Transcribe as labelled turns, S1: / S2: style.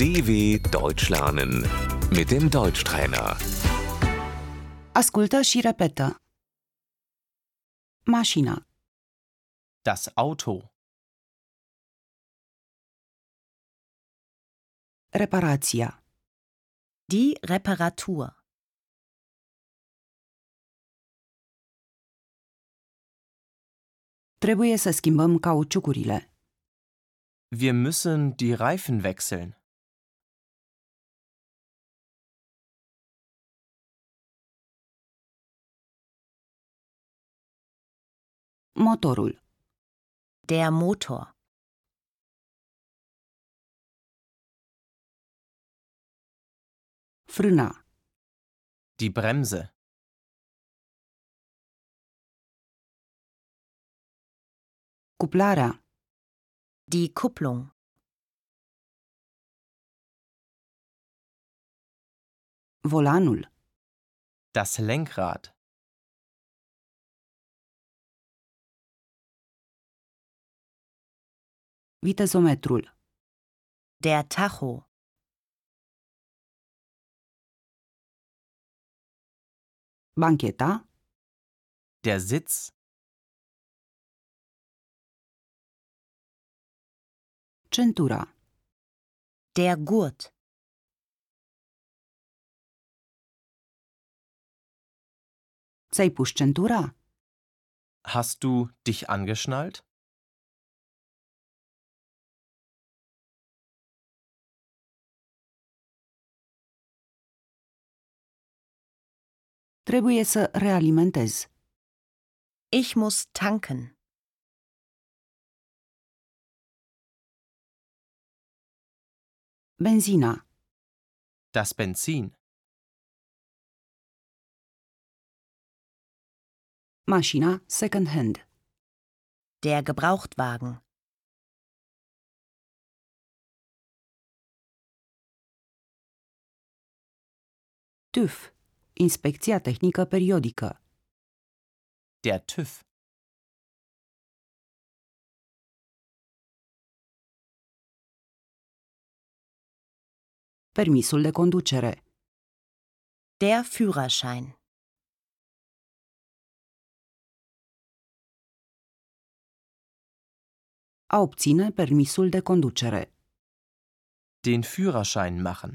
S1: DW Deutsch lernen mit dem Deutschtrainer.
S2: Ascultă și repetă. Mașina,
S3: Das Auto.
S2: reparația,
S4: Die Reparatur.
S2: trebuie să schimbăm cauciucurile,
S3: Wir müssen die Reifen wechseln.
S2: motorul,
S4: Der Motor.
S2: frâna,
S3: Die Bremse.
S2: cuplarea,
S4: Die Kupplung.
S2: volanul,
S3: Das Lenkrad.
S2: vitezometrul,
S4: Der Tacho.
S2: bancheta,
S3: Der Sitz.
S2: centura,
S4: Der Gurt.
S2: ți-ai pus centura,
S3: Hast du dich angeschnallt?
S2: trebuie să realimentezi,
S4: Ich muss tanken.
S2: benzina,
S3: Das Benzin.
S2: mașina second hand,
S4: Der Gebrauchtwagen.
S2: TÜV, inspecția tehnică periodică,
S3: Der TÜV.
S2: permisul de conducere,
S4: Der Führerschein.
S2: a obține permisul de conducere,
S3: Den Führerschein machen.